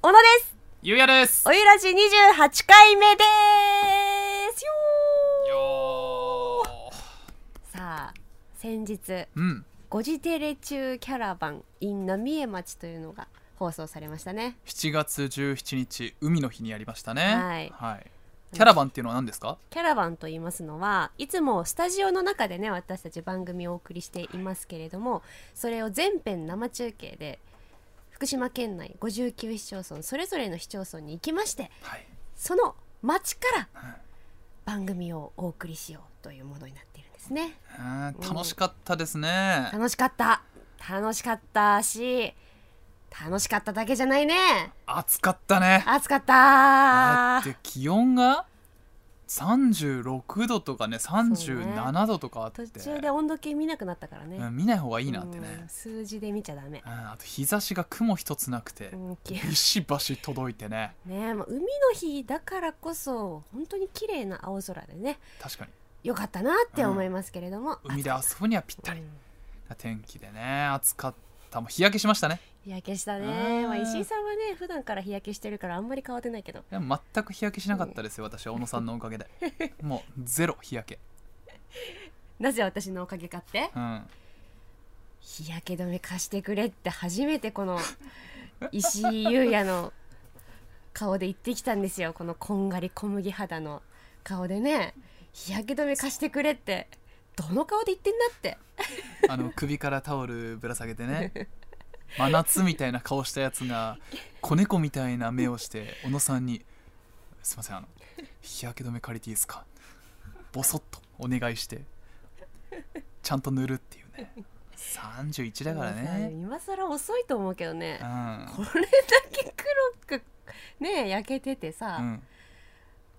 小野ですゆうやですおゆらじ28回目ですよよーさあ先日ーうん「ゴジテレ中キャラバン in 浪江町」というのが放送されましたね7月17日海の日にやりましたねはいキャラバンっていうのは何ですかキャラバンと言いますのはいつもスタジオの中でね私たち番組をお送りしていますけれどもそれを全編生中継で福島県内59市町村それぞれの市町村に行きましてはいその町からはい番組をお送りしようというものになっているんですねあー楽しかったですね楽しかった楽しかったし楽しかっただけじゃないね暑かったね暑かっただって気温が36度とかね37度とかあって途中で温度計見なくなったからね、うん見ない方がいいなってうねん数字で見ちゃダメう、んあと日差しが雲一つなくてうんきビシバシ届いてねねえもう海の日だからこそ本当に綺麗な青空でね確かによかったなって思いますけれども、海で遊ぶにはぴったりうんな天気でね暑かったもう日焼けしましたね日焼けしたうね、んまあ、石井さんはね普段から日焼けしてるからあんまり変わってないけどでも全く日焼けしなかったですよ私は小野さんのおかげでもうゼロ日焼けなぜ私のおかげかってうん日焼け止め貸してくれって初めてこ の石井優也の顔で言ってきたんですよこのこんがり小麦肌の顔でね日焼け止め貸してくれってどの顔で言ってんだってあの首からタオルぶら下げてね真夏みたいな顔したやつが子猫みたいな目をして小野さんに「すいませんあの日焼け止め借りていいですか?」ボソッとお願いしてちゃんと塗るっていうね31だからね、今更遅いと思うけどねうんこれだけ黒くね焼けててさ、うん、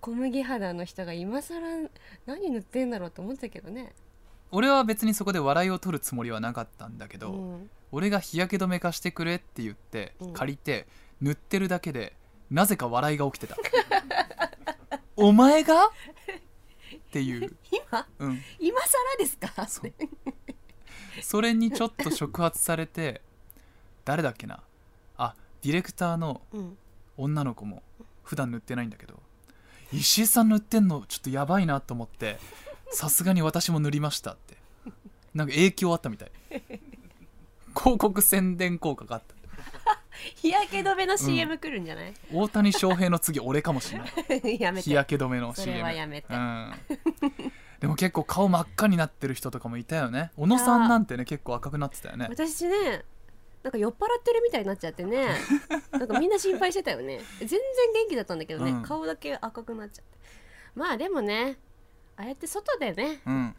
小麦肌の人が今更何塗ってんだろうと思ってたけどね俺は別にそこで笑いを取るつもりはなかったんだけど、うん俺が日焼け止め貸してくれって言ってうん借りて塗ってるだけでなぜか笑いが起きてたお前がっていう、今うん、今更ですかそうそれにちょっと触発されて誰だっけなあディレクターのうん女の子も普段塗ってないんだけど石井さん塗ってんのちょっとやばいなと思ってさすがに私も塗りましたってなんか影響あったみたい広告宣伝効果があった日焼け止めの CM 来るんじゃない、大谷翔平の次俺かもしれな いやめて日焼け止めの CM それはやめ てうん、でも結構顔真っ赤になってる人とかもいたよね小野さんなんてね結構赤くなってたよね私ねなんか酔っ払ってるみたいになっちゃって ねなんかみんな心配してたよね全然元気だったんだけどね、うん顔だけ赤くなっちゃってまあでもねああやって外でねうん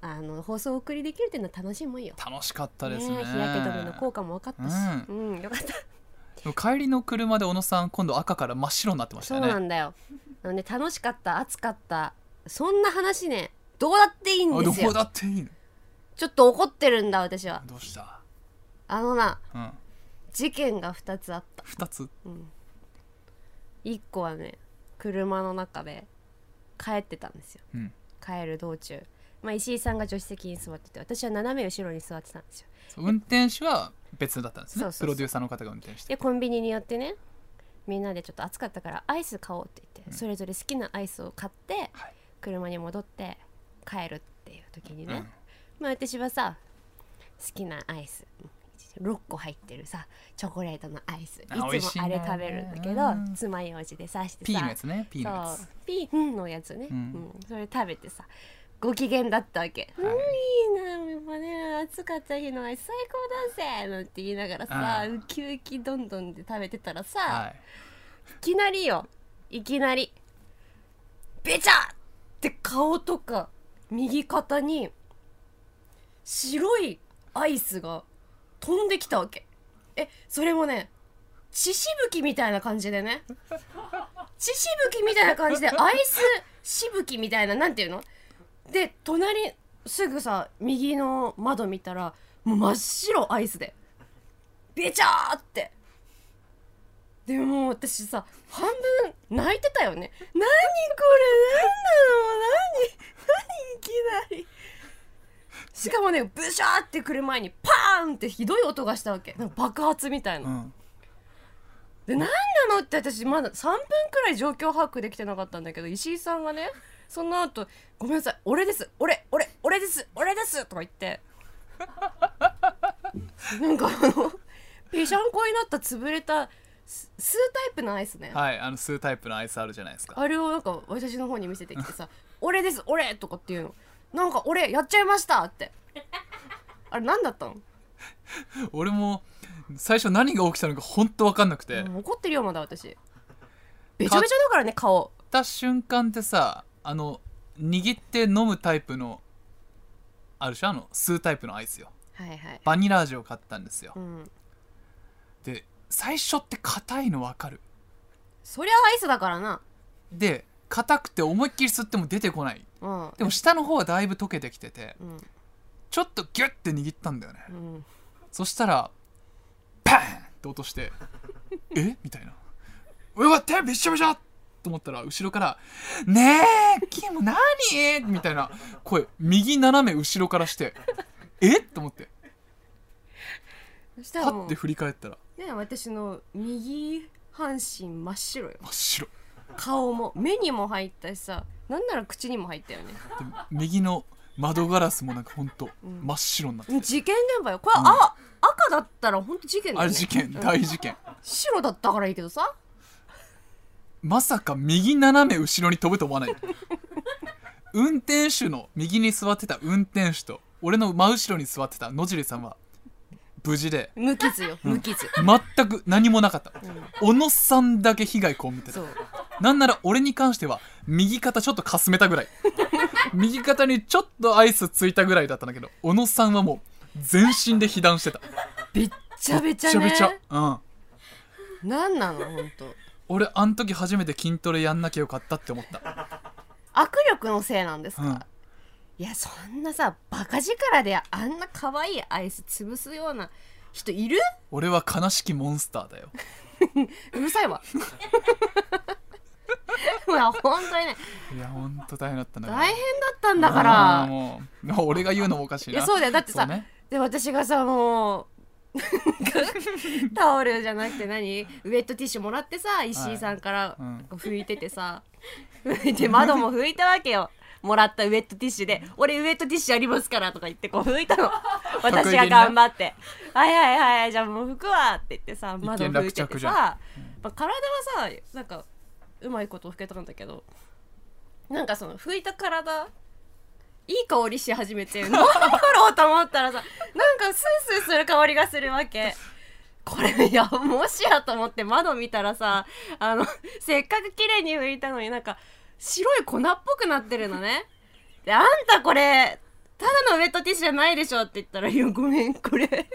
あの放送をお送りできるっていうのは楽しいもんよ楽しかったですねねえ日焼け止めの効果も分かったし、うんよかったでも帰りの車で小野さん今度赤から真っ白になってましそたうよなねんだよなので楽しかった暑かったそんな話ねどうだっていいんあでどすよこだっていいのちょっと怒ってるんだ私はどうした、あのなうん、事件が2つあった2つうん、1個はね車の中で帰ってたんですようん帰る道中、まあ、石井さんが助手席に座ってて私は斜め後ろに座ってたんですよ運転手は別だったんですねそうそうそうプロデューサーの方が運転してでコンビニに寄ってねみんなでちょっと暑かったからアイス買おうって言って、うんそれぞれ好きなアイスを買ってはい車に戻って帰るっていう時にね、うんまあ私はさ好きなアイス6個入ってるさチョコレートのアイスいあ美味しついもんあだれ食よねべるんだけうどん爪楊枝で刺してさ P のやつね P のやそうつピーンのやつね、ううんんそれ食べてさご機嫌だったわけ、はいうんいいなやっぱね暑かった日の最高だぜなんて言いながらさあウキウキどんどんで食べてたらさ、はいい、きなりよいきなりベチャって顔とか右肩に白いアイスが飛んできたわけえそれもね血しぶきみたいな感じでね血しぶきみたいな感じでアイスしぶきみたいななんていうので隣すぐさ右の窓見たらもう真っ白アイスでべちゃーってでもう私さ半分泣いてたよね何これ何なの何何いきなりしかもねブシャーって来る前にパーンってひどい音がしたわけなんか爆発みたいなう、んで何なのって私まだ3分くらい状況把握できてなかったんだけど石井さんがねその後ごめんなさい俺です俺俺俺です俺です」とか言って なんかあのぺしゃんこになった潰れたススータイプのアイスね、はいあの数タイプのアイスあるじゃないですかあれをなんか私の方に見せてきてさ 「俺です俺!」とかっていうのなんか「俺やっちゃいました!」ってあれ何だったの俺も最初何が起きたのか本当分かんなくて、もう怒ってるよまだ私べちゃべちゃだからね顔買った瞬間ってさあの握って飲むタイプのあるでしょあの吸うタイプのアイスよはいはいバニラ味を買ったんですようんで最初って硬いの分かるそりゃアイスだからなで硬くて思いっきり吸っても出てこないうんでも下の方はだいぶ溶けてきててうんちょっとギュッて握ったんだよねうんそしたらパーンって落として「えみたいな「うわ手びっしょびしょ!」と思ったら後ろから「ねえキム何?」みたいな声右斜め後ろからして「えっ?」と思ってそしたパらもッうて振り返ったらね私の右半身真っ白よ真っ白顔も目にも入ったしさなんなら口にも入ったよねで右の窓ガラスもなんかほんとうん真っ白になってうん事件現場よこれ、あ赤だったら本当事件だあよれね事件うん大事件白だったからいいけどさまさか右斜め後ろに飛ぶと思わない運転手の右に座ってた運転手と俺の真後ろに座ってた野尻さんは無事で無傷よ無傷、全く何もなかったうん小野さんだけ被害被ってたそうなんなら俺に関しては右肩ちょっとかすめたぐ らい右肩にちょっとアイスついたぐらいだったんだけど小野さんはもう全身で被弾してたべっちゃべちゃべねちゃべちゃうんなんなの本当俺あの時初めて筋トレやんなきゃよかったって思った、握力のせいなんですうか、ん、いやそんなさバカ力であんな可愛いアイス潰すような人いる俺は悲しきモンスターだようるさ いわいや本当にねいやほんと大変だったんだ大変だったんだからもうもう俺が言うのもおかしいいなやそうだよだってさ、そうねで私がさもう タオルじゃなくて何ウェットティッシュもらってさ石井さんからうん拭いててさ、拭いて窓も拭いたわけよもらったウェットティッシュで「俺ウェットティッシュありますから」とか言ってこう拭いた の得意私げにがね頑張って「はいはいはいはいじゃあもう拭くわ」って言ってさ一窓件拭落いてて着じゃんさ、まあ、体はさなんかうまいこと拭けたんだけどなんかその拭いた体いい香りし始めて 何だろうと思ったらさなんかスースーする香りがするわけこれいやもしやと思って窓見たらさあのせっかく綺麗に拭いたのになんか白い粉っぽくなってるのねであんたこれただのウェットティッシュじゃないでしょって言ったら「いやごめんこれ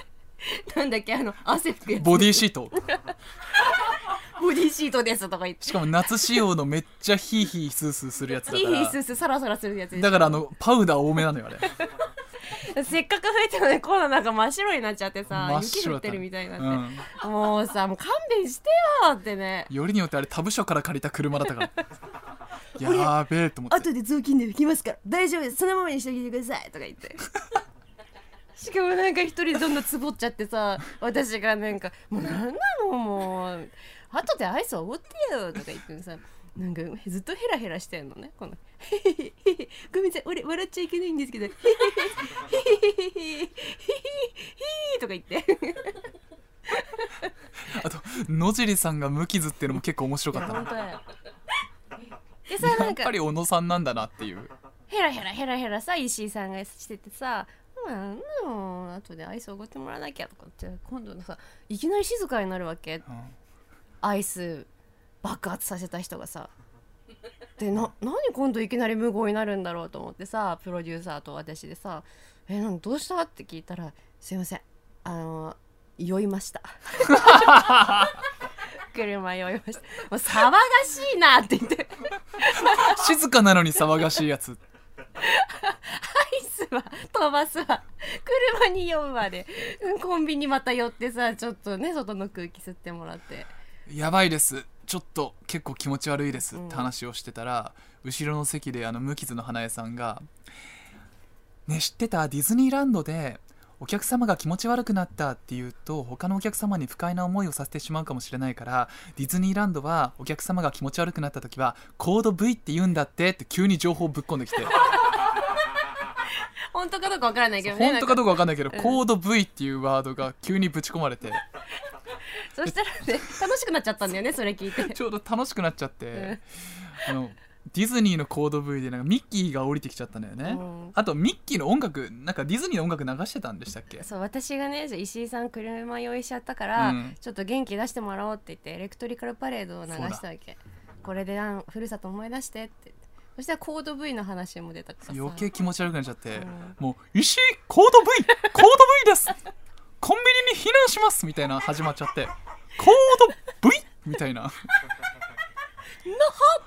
なんだっけあの汗拭くやつボディシートボディシートです」とか言ってしかも夏仕様のめっちゃヒーヒースースーするやつだヒーかヒースーらスーサラサラするやつですだからあのパウダー多めなのよあれせっかく吹いてもねコロナが真っ白になっちゃってさ真っ雪白降だっったてねるみたいになって、うんもうさもう勘弁してよってねよりによってあれ他部署から借りた車だった からやーべえと思って後で雑巾で拭きますから大丈夫ですそのままにしておいてくださいとか言ってしかもなんか一人どんどんつぼっちゃってさ私がなんか「もうなんなのもう後でアイスおごってよ」とか言ってさなんかずっとヘラヘラしてんのねこの「へへへへごめんなさい俺笑っちゃいけないんですけどへへへへへへへへへへへとか言ってあと野尻さんが無傷っていうのも結構面白かった本な当だよでさなやんっかぱり小野さんなんだなっていうヘラヘラヘラヘラさ石井さんがしててさ「まあの後でアイスおごってもらわなきゃ」とかって今度のさいきなり静かになるわけうんアイス爆発させた人がさ。でな何今度いきなり無言になるんだろうと思ってさプロデューサーと私でさ「えなんどうした?」って聞いたら「すいませんあの酔いました」車酔いましたもう騒がしいなって言って静かなのに騒がしいやつアイスは飛ばすわ車に酔うわでうんコンビニまた寄ってさちょっとね外の空気吸ってもらってやばいですちょっと結構気持ち悪いですっうんて話をしてたら、後ろの席であの無傷の花江さんが「ね知ってたディズニーランドでお客様が気持ち悪くなったっていうと他のお客様に不快な思いをさせてしまうかもしれないからディズニーランドはお客様が気持ち悪くなった時はコード V って言うんだってって急に情報をぶっ込んできて本当かどうかわからないけどね本当かどううか分かんないけどコード V っていうワードが急にぶち込まれてそしたらね楽しくなっちゃったんだよねそれ聞いて ちょうど楽しくなっちゃってあのディズニーのコード V でなんかミッキーが降りてきちゃったんだよねうんあとミッキーの音楽なんかディズニーの音楽流してたんでしたっけそう私がね石井さん車用意しちゃったから、うんちょっと元気出してもらおうって言ってエレクトリカルパレードを流したわけこれでなんふるさと思い出してって言ってそしたらコード V の話も出たからさ余計気持ち悪くなっちゃって、うんもう「石井コード V コード V ですコンビニに避難します」みたいな始まっちゃって「コード V」みたい「なのは!」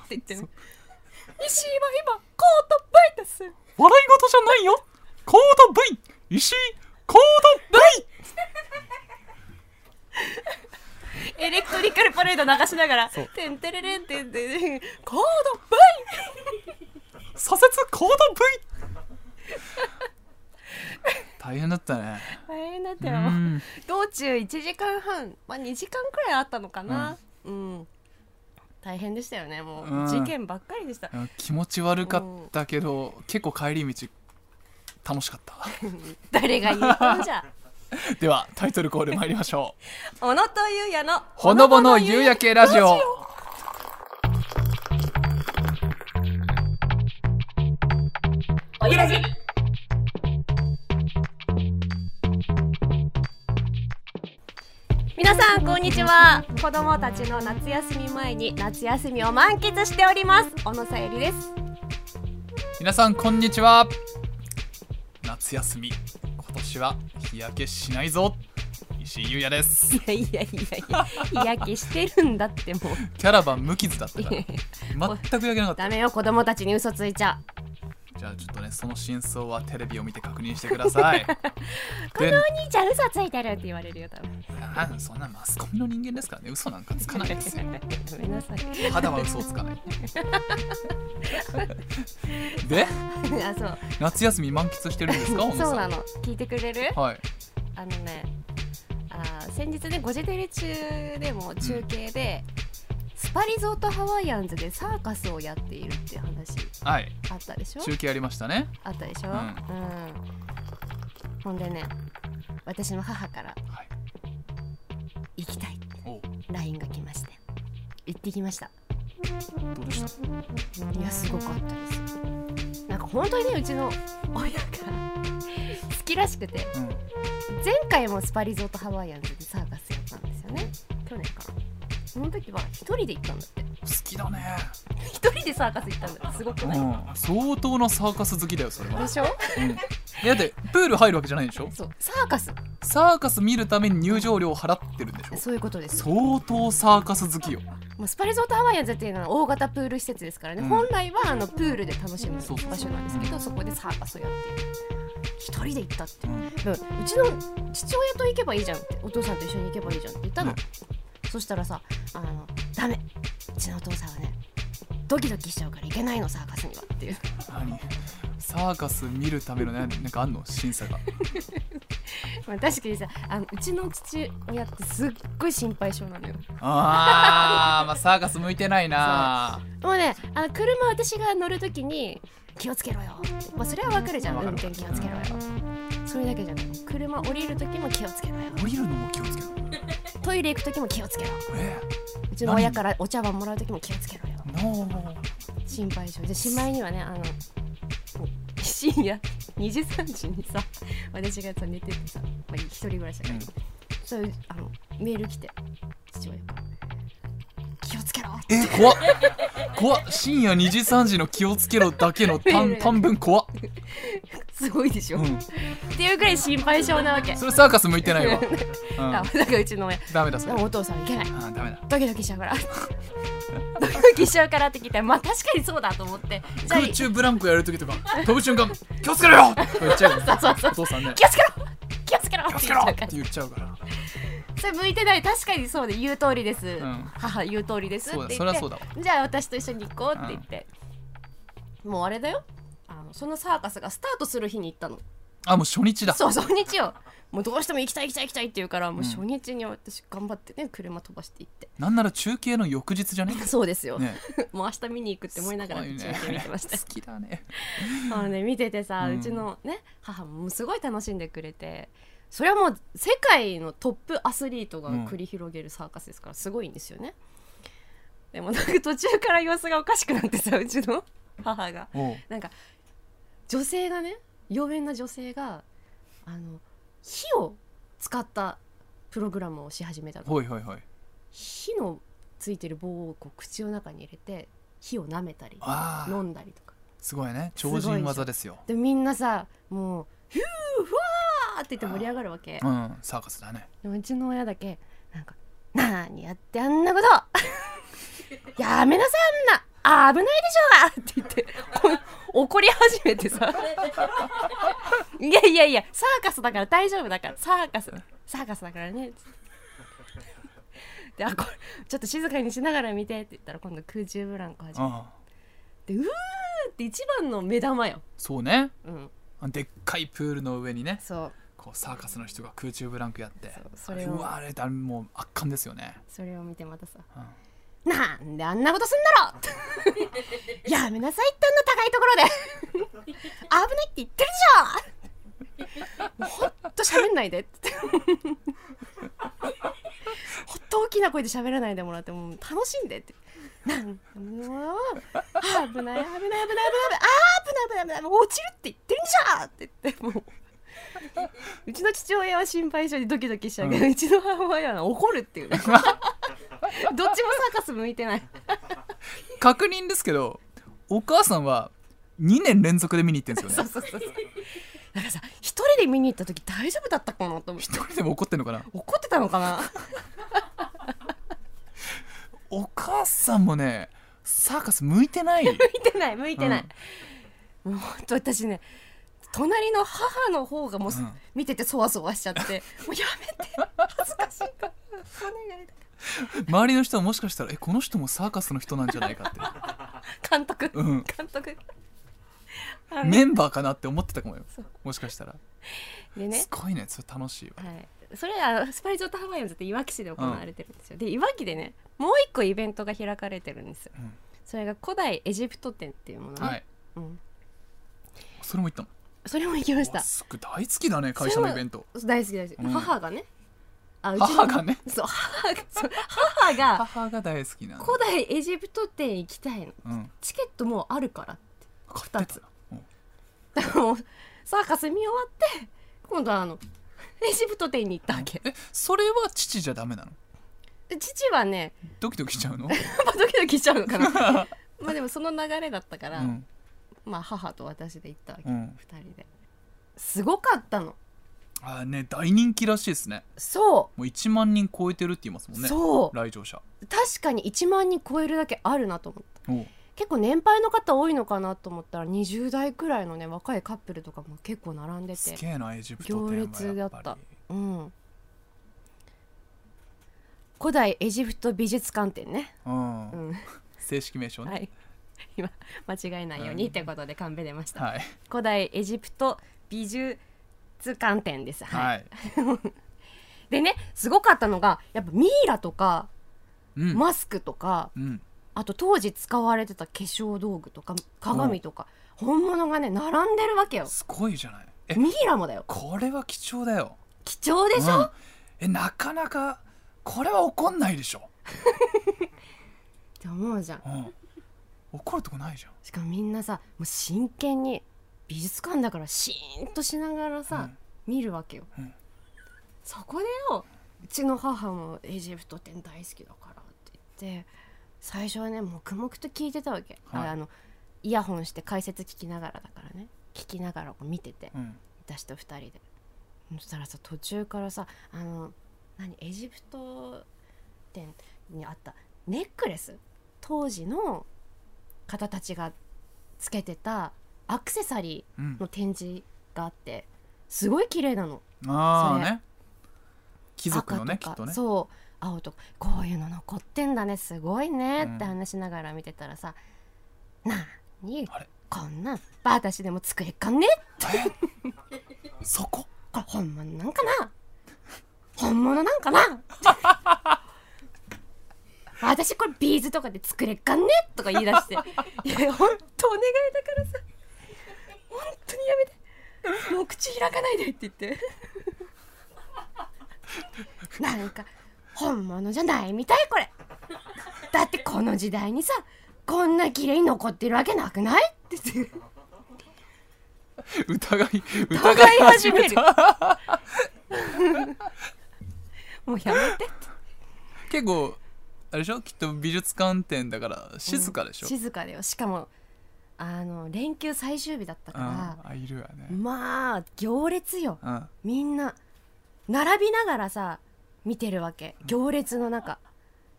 って言ってね石井は今コード V です笑い事じゃないよコード V 石井コード V エレクトリカルパレード流しながらそう「てんてれれんてんてんコード V! 左折コード V 大変だったね」大変だっうたよん道中1時間半まあ2時間くらいあったのかなうん、大変でしたよねもう、うん事件ばっかりでした気持ち悪かったけど結構帰り道楽しかった 誰が言ったんじゃではタイトルコール参りましょう 小野とゆうやのほのぼの夕焼けラジオ。おゆらじ皆さんこんにちは子供たちの夏休み前に夏休みを満喫しております小野さゆりです皆さんこんにちは夏休み今年は日焼けしないぞ石井優也 ですいやいやいやいや日焼けしてるんだってもうキャラバン無傷だった から全く焼けなか ったダメよ子供たちに嘘ついちゃじゃあちょっとねその真相はテレビを見て確認してくださ いでお兄ちゃん嘘ついてるって言われるよ多分あそんなマスコミの人間ですからね嘘なんかつかないですよごめんなさい肌は嘘をつかないであそう夏休み満喫してるんですか小野さんそうなの聞いてくれるはいあのねあー先日ね「ゴジテレ」中でも中継で、スパリゾートハワイアンズでサーカスをやっているっていう話はいあったでしょ中継ありましたねあったでしょ、ううんんほんでね私の母からはい「行きたい」ってお LINE が来まして行ってきましたどうでしたいやすごかったですなんか本当にねうちの親が 好きらしくてうん前回もスパリゾートハワイアンズでサーカスやったんですよね去年かなその時は一人で行ったんだって 好きだね一人でサーカス行ったんだってすごくない、うん、相当なサーカス好きだよそれはで、しょうん、だってプール入るわけじゃないでしょそうサーカスサーカス見るために入場料を払ってるんでしょそういうことです相当サーカス好きよもうスパリゾートハワイアンズっていうのは大型プール施設ですからね、うん本来はあのプールで楽しむそうそうそう場所なんですけどそこでサーカスをやっている一人で行ったってうんだからうちの父親と行けばいいじゃんってお父さんと一緒に行けばいいじゃんって言ったの、うんそしたらさあの「ダメうちのお父さんはねドキドキしちゃうから行けないのサーカスには」っていう何サーカス見るためのねなんかあんの審査がまあ確かにさあのうちの父親ってすっごい心配性なのよあー、まあ、サーカス向いてないなもうねあの車私が乗るときに「気をつけろよ」って、まあ、それはわかるじゃんわか運る転気をつけろよそれだけじゃない車降りるときも気をつけろよ降りるのも気をつけろトイレ行くときも気をつけろえうちの親からお茶碗もらうときも気をつけろよえノー心配性でしまいにはねあの深夜2時3時にさ私がさ寝ててさ、まあ、一人暮らしだから、うんそういうあのメール来て父親から「気をつけろ!」え怖っ怖っ深夜2時3時の気をつけろだけの 短短文怖っ、すごいでしょ、うっん、ていうぐらい心配性なわけ、それサーカス向いてな いわ、あうだからうちの親ん、ダメだそでれもお父さんはいけないあーダメだドキドキしちゃうから ドキドキしちゃうからって聞いたらまあ確かにそうだと思ってじゃあ空中ブランコやるときとか飛ぶ瞬間気をつけろよって言っちゃうか らそうそうそうお父さんね気をつけろ気をつけろ気をってつけ言ろっちゃうっからて言っちゃうからそれ向いてない確かにそうで言う通りです、ん母言う通りですってそ言うってだそりゃそうだわじゃあ私と一緒に行こうって言って、もうあれだよあのそのサーカスがスタートする日に行ったのあもう初日だそう初日よもうどうしても行きたい行きたい行きたいって言うからもううん初日に私頑張ってね車飛ばして行ってなんなら中継の翌日じゃねそうですよ、ねもう明日見に行くって思いながらすご中いね継見てま した、好きだねあのね見ててさ、ううんちのね母もすごい楽しんでくれてそれはもう世界のトップアスリートが繰り広げるサーカスですからすごいんですよね、でもなんか途中から様子がおかしくなってさうちの母がおうなんか女性がね妖艶な女性があの火を使ったプログラムをし始めたのほいほいほい火のついてる棒をこう口の中に入れて火を舐めたりあ飲あんだりとかすごいね超人技ですよでみんなさもう「ヒューふわー!」って言って盛り上がるわけうんサーカスだねでもうちの親だけなんか「なーにやってあんなこと やめなさいあんな危ないでしょうが!」って言ってこう怒り始めてさ「いやいやいやサーカスだから大丈夫だからサーカスサーカスだからね」であこれちょっと静かにしながら見てって言ったら今度空中ブランコ始めああて「うー!」って一番の目玉よ。そうねうん、でっかいプールの上にねそうこうサーカスの人が空中ブランコやってそうそあれれをうわあれだもう圧巻ですよねそれを見てまたさうん「なんであんなことすんだろ!」やめなさ いってあんな高いところで危ないって言ってるでしょもうほんと喋んないでってほっと大きな声で喋らないでもらってもう楽しんでってなんもう危ない危ない危ない危ない危ないあー危ない危ない危ない落ちるって言ってるんでしょって言ってもう。うちの父親は心配性でドキドキしちゃうけど、うちの母親は怒るっていうねどっちもサーカス向いてない確認ですけどお母さんは2年連続で見に行ってんですそう よねそうそうそう。だからさ、一人で見に行った時大丈夫だったかなと思って。一人でも怒ってんのかな怒ってたのかな。お母さんもねサーカス向いてない向いてない、向いてない。もう本当私ね。隣の母の方がもう、うん見ててそわそわしちゃってもうやめて恥ずかしいからお願いだか周りの人はもしかしたらえこの人もサーカスの人なんじゃないかってら監 督、うん監督あのメンバーかなって思ってたかもよそうもしかしたら、でねすごいねそれ楽しいわはい、それはスパイジョートハワイアンズっていわき市で行われてるんですよ、でいわきでねもう一個イベントが開かれてるんですよ、うんそれが古代エジプト展っていうものね、はいうん、それも行ったのそれも行きましうたわすごい大好きだね会社のイベント大好き大好き、うん母がねあうの母がねそう母がそう母が母が大好きなの古代エジプト展行きたいのうんチケットもうあるから買っ二つてたうんだからもうサーカス見終わって今度はあのエジプト展に行ったわけえそれは父じゃダメなので父はねドキドキしち ゃうの、やっぱドキドキしちゃうの かなまあでもその流れだったかうら、んまあ母と私で行ったわけ、うん、二人ですごかったのあーね大人気らしいですねそもう1万人超えてるって言いますもう、んねそう来場者確かに1万人超えるだけあるなと思っておう結構年配の方多いのかなと思ったら20代くらいのね若いカップルとかも結構並んですて、げえなエジプト行列だやっったたうん、古代エジプト美術館展ね、うんうん、正式名称ねはい 今間違えないようにってことでカンペ出ました、はい古代エジプト美術館展ですはい、はい、でねすごかったのがやっぱミイラとかうん、マスクとか、うん、あと当時使われてた化粧道具とか鏡とか本物がね並んでるわけよすごいじゃないえミイラもだよこれは貴重だよ貴重でしょ、うんえなかなかこれは怒んないでしょ、って思うじゃんうん、怒るとこないじゃんしかもみんなさもう真剣に美術館だからシーンとしながらさ、見るわけよ、うんそこでようちの母もエジプト展大好きだからって言って最初はね黙々と聞いてたわけ、はいああのイヤホンして解説聞きながらだからね聞きながらこう見ててうんうん私と2人でそしたらさ途中からさあの何エジプト店にあったネックレス当時の方たちがつけてたアクセサリうんーの展示があってすごい綺麗なのああそれね貴族のねき赤とっとかねそう青とかこういうの残ってんだねすごいねうんって話しながら見てたらさ、なあにあれこんなんバータシでも作れっかんねえそこあ本物なんかな本物なんかな 私これビーズとかで作れっかんねとか言い出していやほんとお願いだからさ本当にやめてもう口開かないでって言って なんか本物じゃないみたいこれだってこの時代にさこんな綺麗に残ってるわけなくないって言って疑 い疑い始める疑い始めたもうやめてって結構あれでしょきっと美術館展だから静かでしょ、静かだよしかもあの連休最終日だったうかん、らあ、いるわねまあ行列ようんみんな並びながらさ見てるわけ行列の中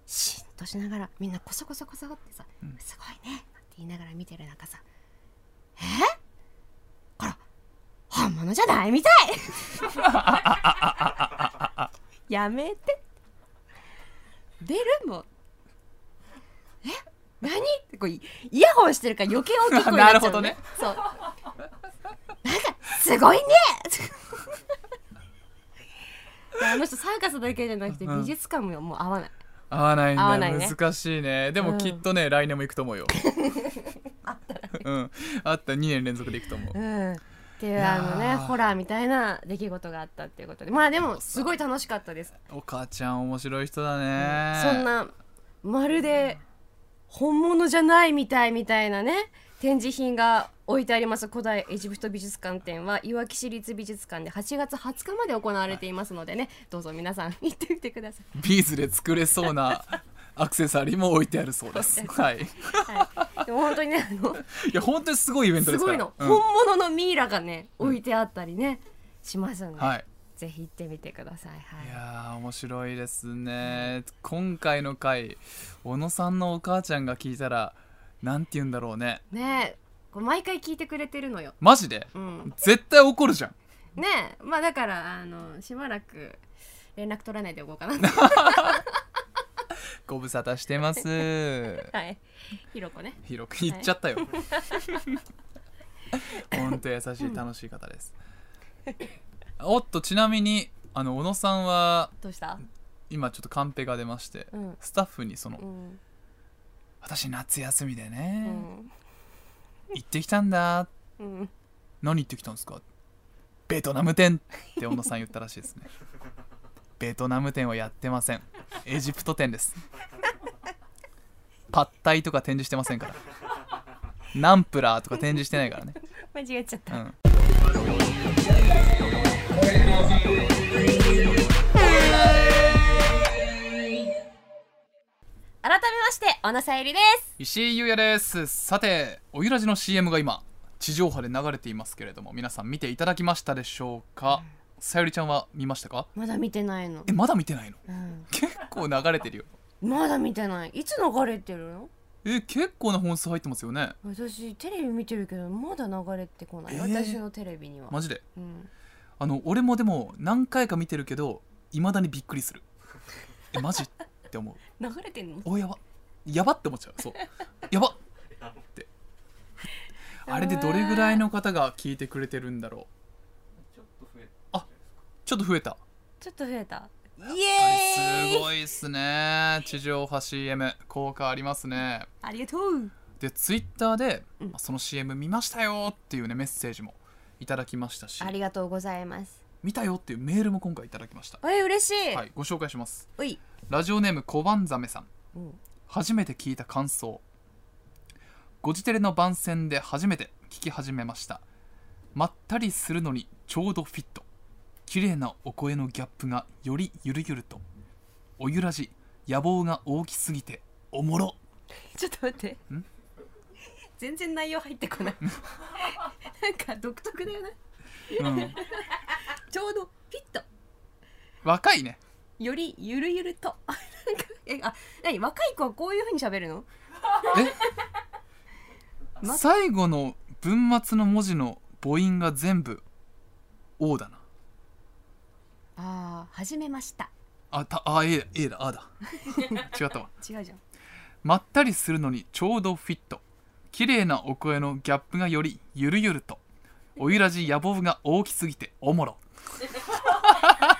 シーンとしながらみんなこそこそこそってさう「ん、すごいね」って言いながら見てる中さ「えこら本物じゃないみたい! 」やめて出るもんえ何ってこうイイヤホンしてるから余計大きく なっちゃう、ねそうなんかすごい ねあの人サーカスだけじゃなくてうん美術館ももう合わない合わないんだ合わないね難しいねでうもんきっとね、来年も行く と思うようん、あった2年連続で行くと思ううんっていいうやあーのねホラーみたいな出来事があったっていうことでまあでもすごい楽しかったです、お母ちゃん面白い人だね、そんなまるで本物じゃないみたいみたいなね展示品が置いてあります古代エジプト美術館展はいわき市立美術館で8月20日まで行われていますのでねどうぞ皆さん行ってみてくださいビーズで作れそうな アクセサリーも置いてあるそ うですはいいはい、でも本当にねあのや本当にすごいイベントすですかごらいの、うん本物のミイラがね置いてあったりね、しますんで、はいぜひ行ってみてくださいはいいやー面白いですね今回の回小野さんのお母ちゃんが聞いたらなんて言うんだろうねねえこう毎回聞いてくれてるのよマジでうん絶対怒るじゃんねえまあだからあのしばらく連絡取らないでおこうか なご無沙汰してます はいひろこね広く言っちゃったよ ほんと優しい楽しい方ですおっとちなみにあの小野さんはどうした今ちょっとカンペが出まして、うんスタッフにその、うん私夏休みでうね、ん行ってきたんだうん何行ってきたんですかベトナム店って小野さん言ったらしいですね ベトナム店はやってませんエジプト店ですパッタイとか展示してませんからナンプラーとか展示してないからね、間違えちゃっうた、ん、改めまして小野さゆりで石井優也ですさておゆらじの CM が今地上波で流れていますけれども皆さん見ていただきましたでしょうかさゆりちゃんは見ましたかすまだ見てないのえ、まだ見てないのうん、結構流れてるよまだ見てないいつ流れてるのえ結構な本数入ってますよね私テレビ見てるけどまだ流れてこない、えー私のテレビには、マジでうん、あの俺もでも何回か見てるけどいまだにびっくりするえマジって思う流れてんのおやばやばって思っちゃうそうやばってあれでどれぐらいの方が聞いてくれてるんだろうちょっと増えたあちょっと増えたちょっと増えたイあれエすーイごいっすね地上波 CM 効果ありますねありがとうでツイッターで、うんその CM 見ましたよっていうねメッセージもいただきましたしありがとうございます見たよっていうメールも今回いただきましたおい嬉しい、はいご紹介しますおい、ラジオネーム小判ザメさんうん、初めて聞いた感想ごジテレの番宣で初めて聞き始めましたまったりするのにちょうどフィット綺麗なお声のギャップがよりゆるゆるとおゆらじ野望が大きすぎておもろちょっと待ってん全然内容入って こないなんか独特だよなうん、ちょうどピッと若いねよりゆるゆると なんかえあ何若い子はこういうふうに喋るのま最後の文末の文字の母音が全部「お」だなああ始めましたあたあ A だ A だあだ違ったわ違うじゃんまったりするのにちょうどフィット綺麗なお声のギャップがよりゆるゆるとおゆらじ野望が大きすぎておもろ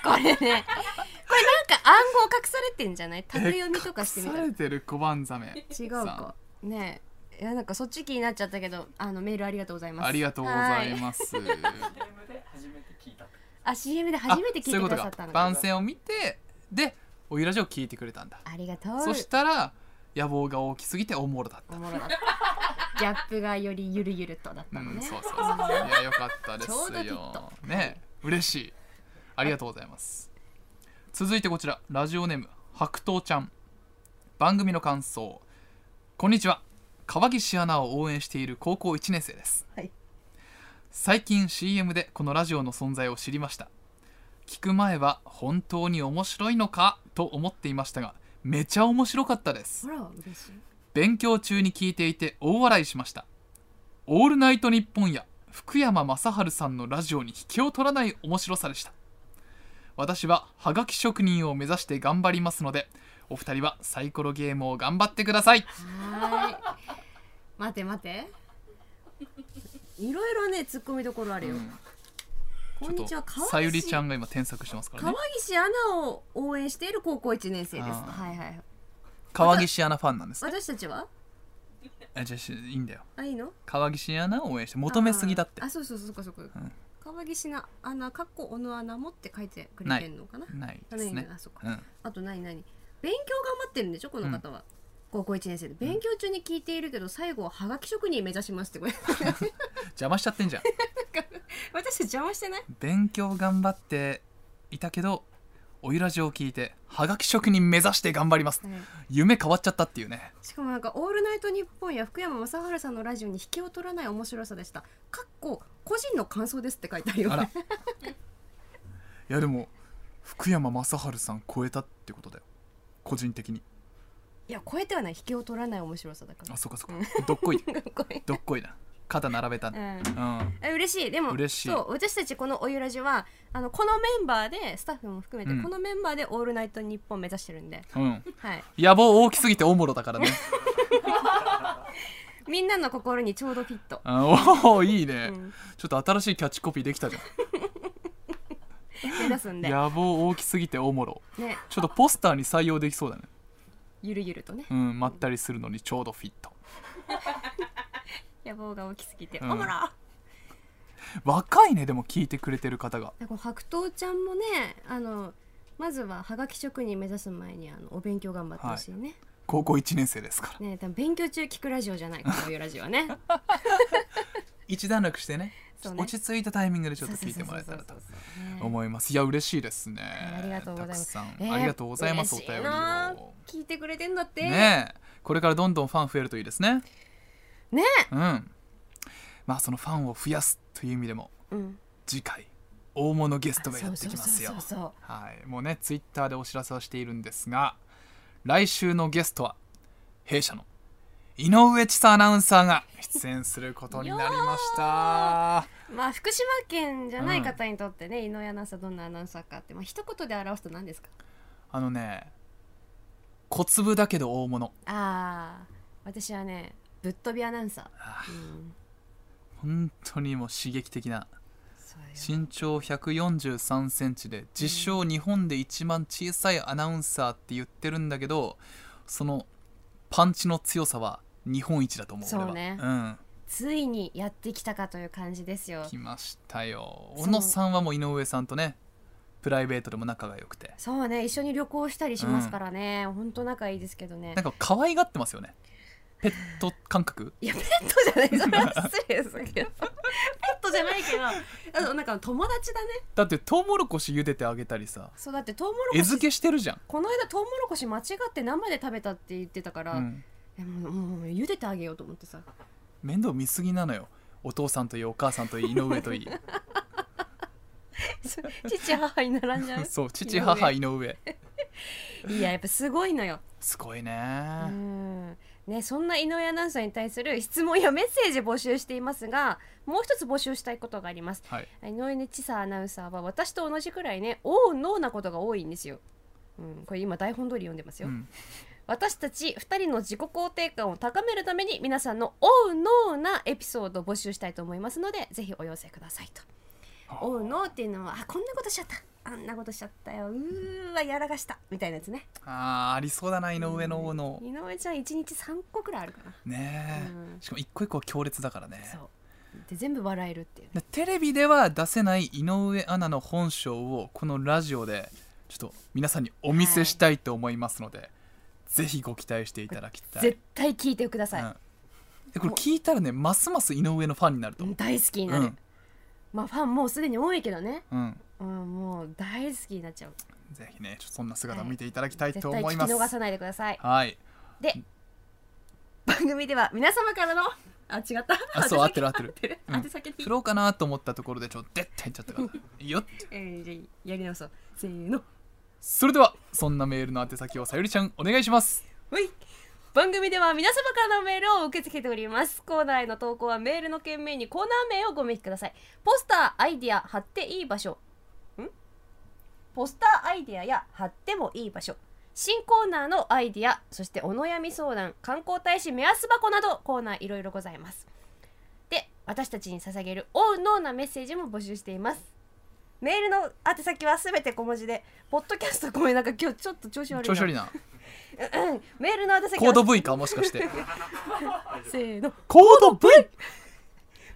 これねこれなんか暗号隠されてんじゃないタグ読みとかしてみたさられてる小判ザ メ違うかねえいやなんかそっち気になっちゃったけどあのメールありがとうございますありがとうございはますで初めて聞いたあ CM で初めて聞いてくださあそういっうこたとかのか番宣を見てでおゆらじを聞いてくれたんだありがとうそしたら野望が大きすぎておもろだっおもろだったギャップがよりゆるゆるとだったた、のうん、ねそうそう そういやよかったですちょうどフィッよトね嬉しいありがとうございます続いてこちらラジオネーム白桃ちゃん番組の感想こんにちは川岸アナを応援している高校1年生です、はい最近 CM でこのラジオの存在を知りました聞く前は本当に面白いのかと思っていましたがめちゃ面白かったですほら嬉しい勉強中に聞いていて大笑いしました「オールナイトニッポン」や福山雅治さんのラジオに引けを取らない面白さでした私はハガキ職人を目指して頑張りますのでお二人はサイコロゲームを頑張ってくださいはーい待て待ていろいろね突っ込みどころあるよ、うんこんにちは川岸さゆりちゃんが今添削してますから川ね岸アナを応援している高校1年生ですあーはいはい川岸アナファンなんですね私たちはあじゃあしいいんだよあいいの川岸アナを応援して求めすぎだってあーあそうそうそうそっかそっか、ん川岸の穴かっこおの穴もって書いてくれてんのかなないあでないすねねあそっかうんあと何何勉強頑張ってるんでしょこの方は、高校1年生で勉強中に聞いているけど最後ははがき職人目指しますって これ邪魔しちゃってんじゃん私邪魔してない勉強頑張っていたけどおゆらじを聞いてはがき職人目指して頑張ります夢変わっちゃったっていうねしかもなんか「オールナイトニッポン」や福山雅治さんのラジオに引けを取らない面白さでした「かっこ個人の感想です」って書いてあるよ あらいやでも福山雅治さん超えたってことだよ個人的にいや超えてはない引けを取らない面白さだか あらそうかそうかどっ こいごめんどっこいな肩並べたうねんうんえ嬉しいでも嬉しいそう私たちこの「おゆらじは」あのこのメンバーでスタッフも含めて、うんこのメンバーで「オールナイトニッポン」目指してるんで、うんはい、野望大きすぎておもろだからねみんなの心にちょうどフィット、うんおおいいうね、ん、ちょっと新しいキャッチコピーできたじゃ目指すんんで、野望大きすぎておもろね、ちょっとポスターに採用できそうだねゆるゆるとねうんまったりするのにちょうどフィット野望が大きすぎて、うんおもろ若いねでも聞いてくれてる方がでこう白桃ちゃんもねあのまずははがき職人目指す前にあのお勉強頑張ってほしいね,、高校1年生ですからね多分勉強中聞くラジオじゃないこういうラジオはね一段落してねそうね落ち着いたタイミングで ちょっと聞いてもらえたらとそうそうそうそうそうね思いますいや嬉しいですねいありがとうございますたくさえんーありがとうございますお嬉便しいりなを聞いてくれてんだってねえこれからどんどんファン増えるといいですねねうんまあそのファンを増やすという意味でもうん次回大物ゲストがやそうってそうきそうますよそうそうはいもうねツイッターでお知らせはしているんですが来週のゲストは弊社の井上千佐アナウンサーが出演することになりました。まあ福島県じゃない方にとってね、井上アナウンサーどんなアナウンサーかって、まあ一言で表すと何ですかあのね小粒だけど大物ああ私はねぶっ飛びアナウンサあー、うん、本当にもう刺激的なそうよ身長1 4 3センチで実証日本で一番小さいアナウンサーって言ってるんだけどそのパンチの強さは日本一だと思う俺はそうねん、ついにやってきたかという感じですよ来ましたよそう小野さんはもう井上さんとねプライベートでも仲が良くてそうね一緒に旅行したりしますからね、ほんと仲いいですけどねなんか可愛がってますよねペット感覚いやペットじゃないそれは失礼ですけど ペットじゃないけどあのなんか友達だねだってトウモロコシ茹でてあげたりさそうだってトウモロ餌コシ付けしてるじゃん、この間トウモロコシ間違って生で食べたって言ってたから、うん、いやもうもう茹でてあげようと思ってさ面倒見すぎなのよお父さんといいお母さんといい井上 といい 父母に並んじゃうそう父母井上 いややっぱすごいのよすごいうねんね、そんな井上アナウンサーに対する質問やメッセージ募集していますがもう一つ募集したいことがありますはい井上千佐アナウンサーは私と同じくらいね「おうのう」なことが多いんですよ、うん、これ今台本通り読んでますうよ、ん私たち2人の自己肯定感を高めるために皆さんの「オウノー」なエピソードを募集したいと思いますのでぜひお寄せくださいと「オウノー」っていうのはあこんなことしちゃったあんなことしちゃったようーわやらかしたみたいなやつねあーありそうだな井上の王の井上ちゃん1日3個くらいあるかなねえ、うんしかも一個一個強烈だからねそうで全部笑えるっていうねでテレビでは出せない井上アナの本性をこのラジオでちょっと皆さんにお見せしたいと思いますので、ぜひご期待していただきたい絶対聞いてください、うんでこれ聞いたらねますます井上のファンになるとう思んう、大好きにうなる、んまあファンもうすでに多いけどね、うん、うん、もう大好きになっちゃうぜひねちょっとそんな姿を見ていただきたい絶と対思い聞まきす、逃さないでくださいはいで番組では皆様からのあ違ったあそう合宛ってる合ってる先うん宛先振ろうかなと思ったところでちょっとでって入っちゃったからいいよえーじゃあやり直そうせーのそれではそんなメールの宛先をさゆりちゃんお願いしますほい番組では皆様からのメールを受け付けておりますコーナーへの投稿はメールの件名にコーナー名をご明記くださいポスターアイディア貼っていい場所んポスターアイディアや貼ってもいい場所新コーナーのアイディアそしてお悩み相談観光大使目安箱などコーナーいろいろございますで私たちに捧げる「おうのう」なメッセージも募集していますメールの宛先はすべて小文字でポッドキャストごめんなんか今日ちょっと調子悪いな調子悪いなメールの宛先コーはド V かもしかしてせーのコード V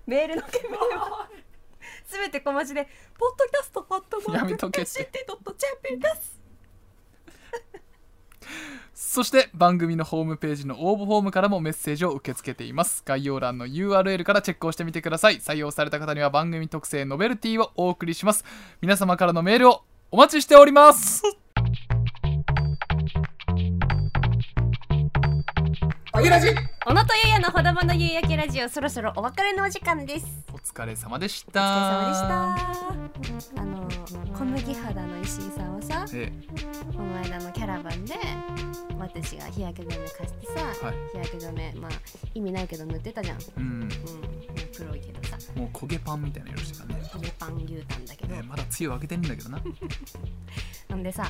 メールの件名 はすべて小文字でポッドキャストパットマやーめクとけって CT ドットチャンピオンですそして番組のホームページの応募フォームからもメッセージを受け付けています概要欄の URL からチェックをしてみてください採用された方には番組特製ノベルティをお送りします皆様からのメールをお待ちしております小野とゆうやのほだまの夕焼けラジオそろそろお別れのお時間ですお疲れ様でしおた疲れ様でしたあの小麦肌の石井さんはさでしたえこの間のキャラバンで私が日焼け止め貸してさ、はい日焼け止めまあ意味ないけど塗ってたじゃんうんえうん黒いけどさもう焦げパンみたいな色してたね食べパン牛タンだけど、ねまだ梅雨明けてるんだけどななんでさ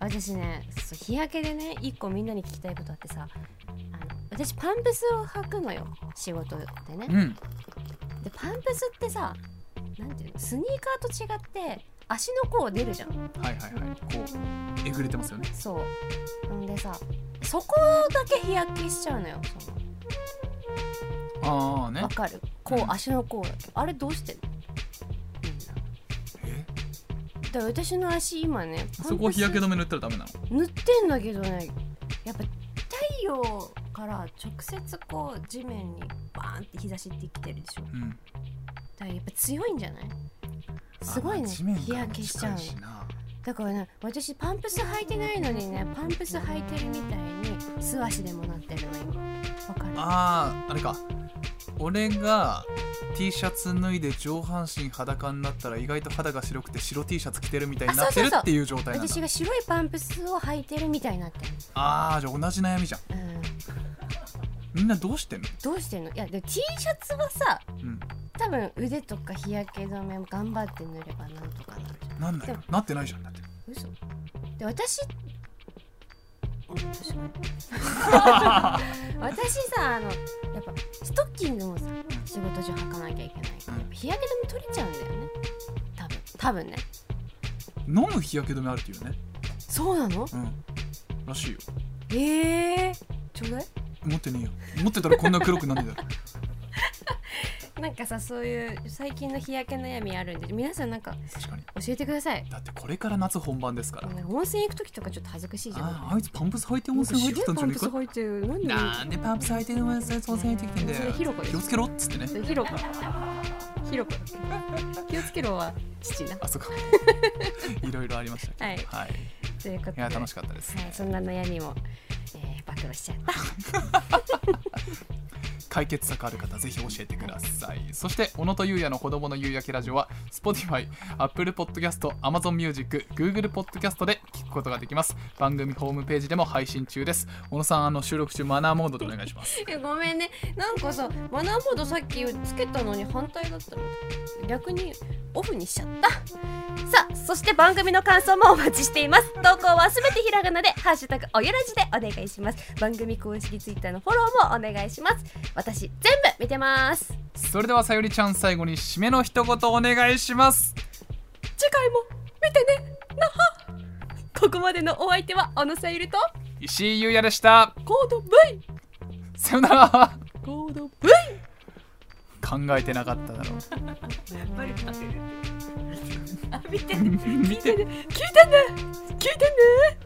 私ねそう日焼けでね一個みんなに聞きたいことあってさあの私パンプスを履くのよ仕事でうねんでパンプスってさなんていうのスニーカーと違って足の甲出るじゃんはいはいはいこうえぐれてますよねそうなんでさそこだけ日焼けしちゃうのよそのああねわかるこううん足の甲だけあれどうしてんのみんなえだから私の足今ねそこ日焼け止め塗ったらダメなの塗ってんだけどねやっぱ太陽から直接こう地面にバーンって日差しってきてるでしょだうんからやっぱ強いんじゃないすごいあね地面から日焼けしちゃう近いしなだからね私パンプス履いてないのにねパンプス履いてるみたいに素足でもなってるの今わかるあーあれか俺が T シャツ脱いで上半身裸になったら意外と肌が白くて白 T シャツ着てるみたいになってあそうそうるそうっていう状態なんだ私が白いパンプスを履いてるみたいになってああじゃあ同じ悩みじゃんる、うん、みんなどうしてんの、どうしてんのいやでも T シャツはさうん、多分腕とか日焼け止めを頑張って塗ればなんとかなるじゃんなんだでよもなってないじゃんだって嘘で 私うんどうしよう私さあのやっぱストッキングもさ仕事中履かなきゃいけないからやっぱ日焼け止め取れちゃうんだよね多分多分ね飲む日焼け止めあるっていうねそうなのうんらしいよええちょうだい持ってねえよ持ってたらこんな黒くなん ねえだろなんかさそういう最近の日焼け悩みあるんで皆さんなんか確かに教えてくださいだってこれから夏本番ですからなんか温泉行く時とかちょっと恥ずかしいじゃんあーあいつパンプス履いて温なんか泉入ってきたんじゃねえすかごいパンプス履いてるなんでなんでパンプス履いてる温泉入ってきてんだそれよひろこです気をつけろっつってねヒロコヒロコ気をつけろは父なあそ っかいろいろありましたけどはいはい、いということでや楽しかったです、はい、そんな悩みも、えー、暴露しちゃった。解決策ある方ぜひ教えてくださいそして小野とゆうやの子供の夕焼けラジオは Spotify、Apple Podcast、Amazon Music、Google Podcast で聞くことができます番組ホームページでも配信中です小野さんあの収録中マナーモードでお願いしますごめんね、なんかさ、マナーモードさっきつけたのに反対だったの。逆にオフにしちゃった。さあ、そして番組の感想もお待ちしています。ど投稿はすべてひらがなで「ハッシュタグおよらじ」でお願いします番組公式ツイッターのフォローもお願いします私全部見てますそれではさゆりちゃん最後に締めの一言お願いします次回も見てねなはここまでのお相手は小野さゆると石井優也でしたコード V さよなら コード V 考えてなかっただろうバレたあ見てね聞見ていてね聞いてね